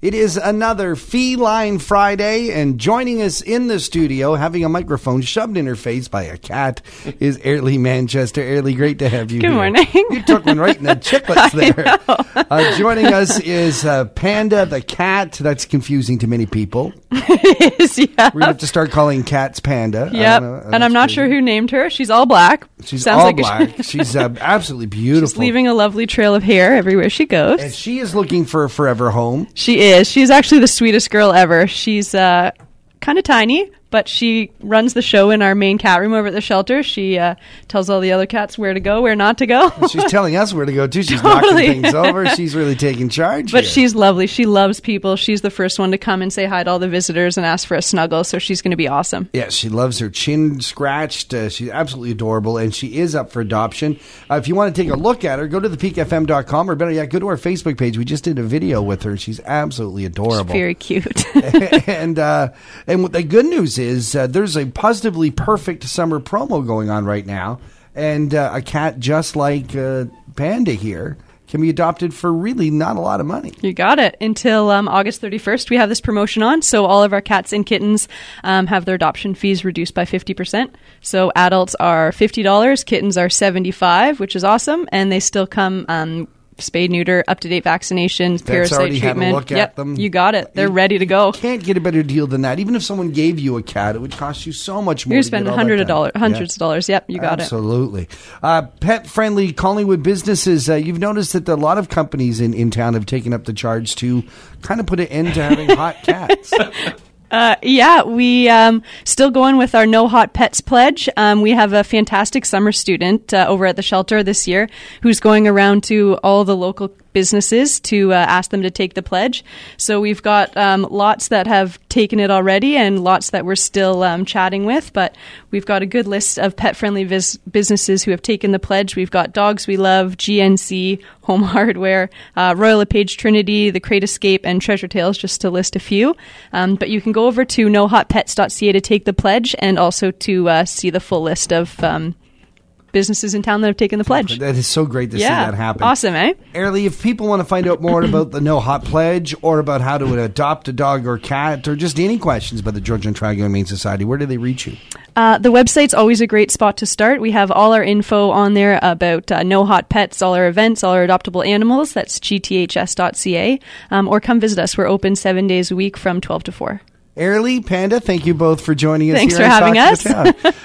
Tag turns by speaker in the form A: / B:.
A: It is another Feline Friday, and joining us in the studio, having a microphone shoved in her face by a cat, is Airly Manchester. Airly, great to have you.
B: Good
A: here.
B: morning.
A: You took one right in the chicklets there. Uh, joining us is uh, Panda the cat. That's confusing to many people.
B: is, yeah.
A: We're gonna have to start calling cats Panda. I
B: Yep.
A: don't know. uh,
B: and I'm
A: That's
B: not
A: crazy.
B: sure who named her. She's all black.
A: She's
B: Sounds
A: all
B: like
A: black. She's uh, absolutely beautiful.
B: She's leaving a lovely trail of hair everywhere she goes.
A: And she is looking for a forever home.
B: She is. She's actually the sweetest girl ever. She's uh, kind of tiny, but she runs the show in our main cat room over at the shelter. She uh, tells all the other cats where to go, where not to go.
A: She's telling us where to go too. She's
B: Totally.
A: knocking things over. She's really taking charge.
B: But
A: here.
B: she's lovely. She loves people. She's the first one to come and say hi to all the visitors and ask for a snuggle. So she's going to be awesome.
A: Yeah, she loves her chin scratched. Uh, she's absolutely adorable, and she is up for adoption. Uh, if you want to take a look at her, go to thepeakfm.com, or better yet, go to our Facebook page. We just did a video with her. She's absolutely adorable.
B: Very cute.
A: and uh, and what the good news is, uh, there's a positively perfect summer promo going on right now, and uh, a cat just like uh, Panda here can be adopted for really not a lot of money.
B: You got it. Until um, August 31st, we have this promotion on. So all of our cats and kittens um, have their adoption fees reduced by 50%. So adults are $50, kittens are 75 which is awesome. And they still come um, spayed, neuter, up to date vaccinations, parasite
A: already had a
B: treatment.
A: look at
B: yep,
A: them.
B: You got it. They're
A: You-
B: ready to go.
A: You can't get a better deal than that. Even if someone gave you a cat, it would cost you so much more.
B: You're
A: to get
B: spending
A: all that
B: hundred
A: done.
B: dollars,
A: Yeah.
B: hundreds of dollars. Yep, you got it.
A: Absolutely. Uh, pet friendly Collingwood businesses. Uh, you've noticed that a lot of companies in, in town have taken up the charge to kind of put an end to having hot cats.
B: Uh, yeah, we um, still going with our No Hot Pets pledge. Um, we have a fantastic summer student uh, over at the shelter this year who's going around to all the local businesses to uh, ask them to take the pledge. So we've got um, lots that have taken it already and lots that we're still um, chatting with, but we've got a good list of pet friendly vis- businesses who have taken the pledge. We've got Dogs We Love, GNC, Home Hardware, uh, Royal LePage Trinity, The Crate Escape, and Treasure Tales, just to list a few. Um, but you can go over to nohotpets.ca to take the pledge and also to uh, see the full list of um, businesses in town that have taken the pledge.
A: that is so great to
B: yeah,
A: see that happen.
B: awesome, eh?
A: Airly, if people want to find out more about the No Hot Pledge or about how to adopt a dog or cat or just any questions about the Georgian Triagamine Society, where do they reach you?
B: Uh, the website's always a great spot to start. We have all our info on there about uh, no hot pets, all our events, all our adoptable animals. That's gths.ca. Um, or come visit us. We're open seven days a week from 12 to 4.
A: Airly, Panda, thank you both for joining us
B: Thanks
A: here
B: for
A: on
B: having
A: Talk to the Town.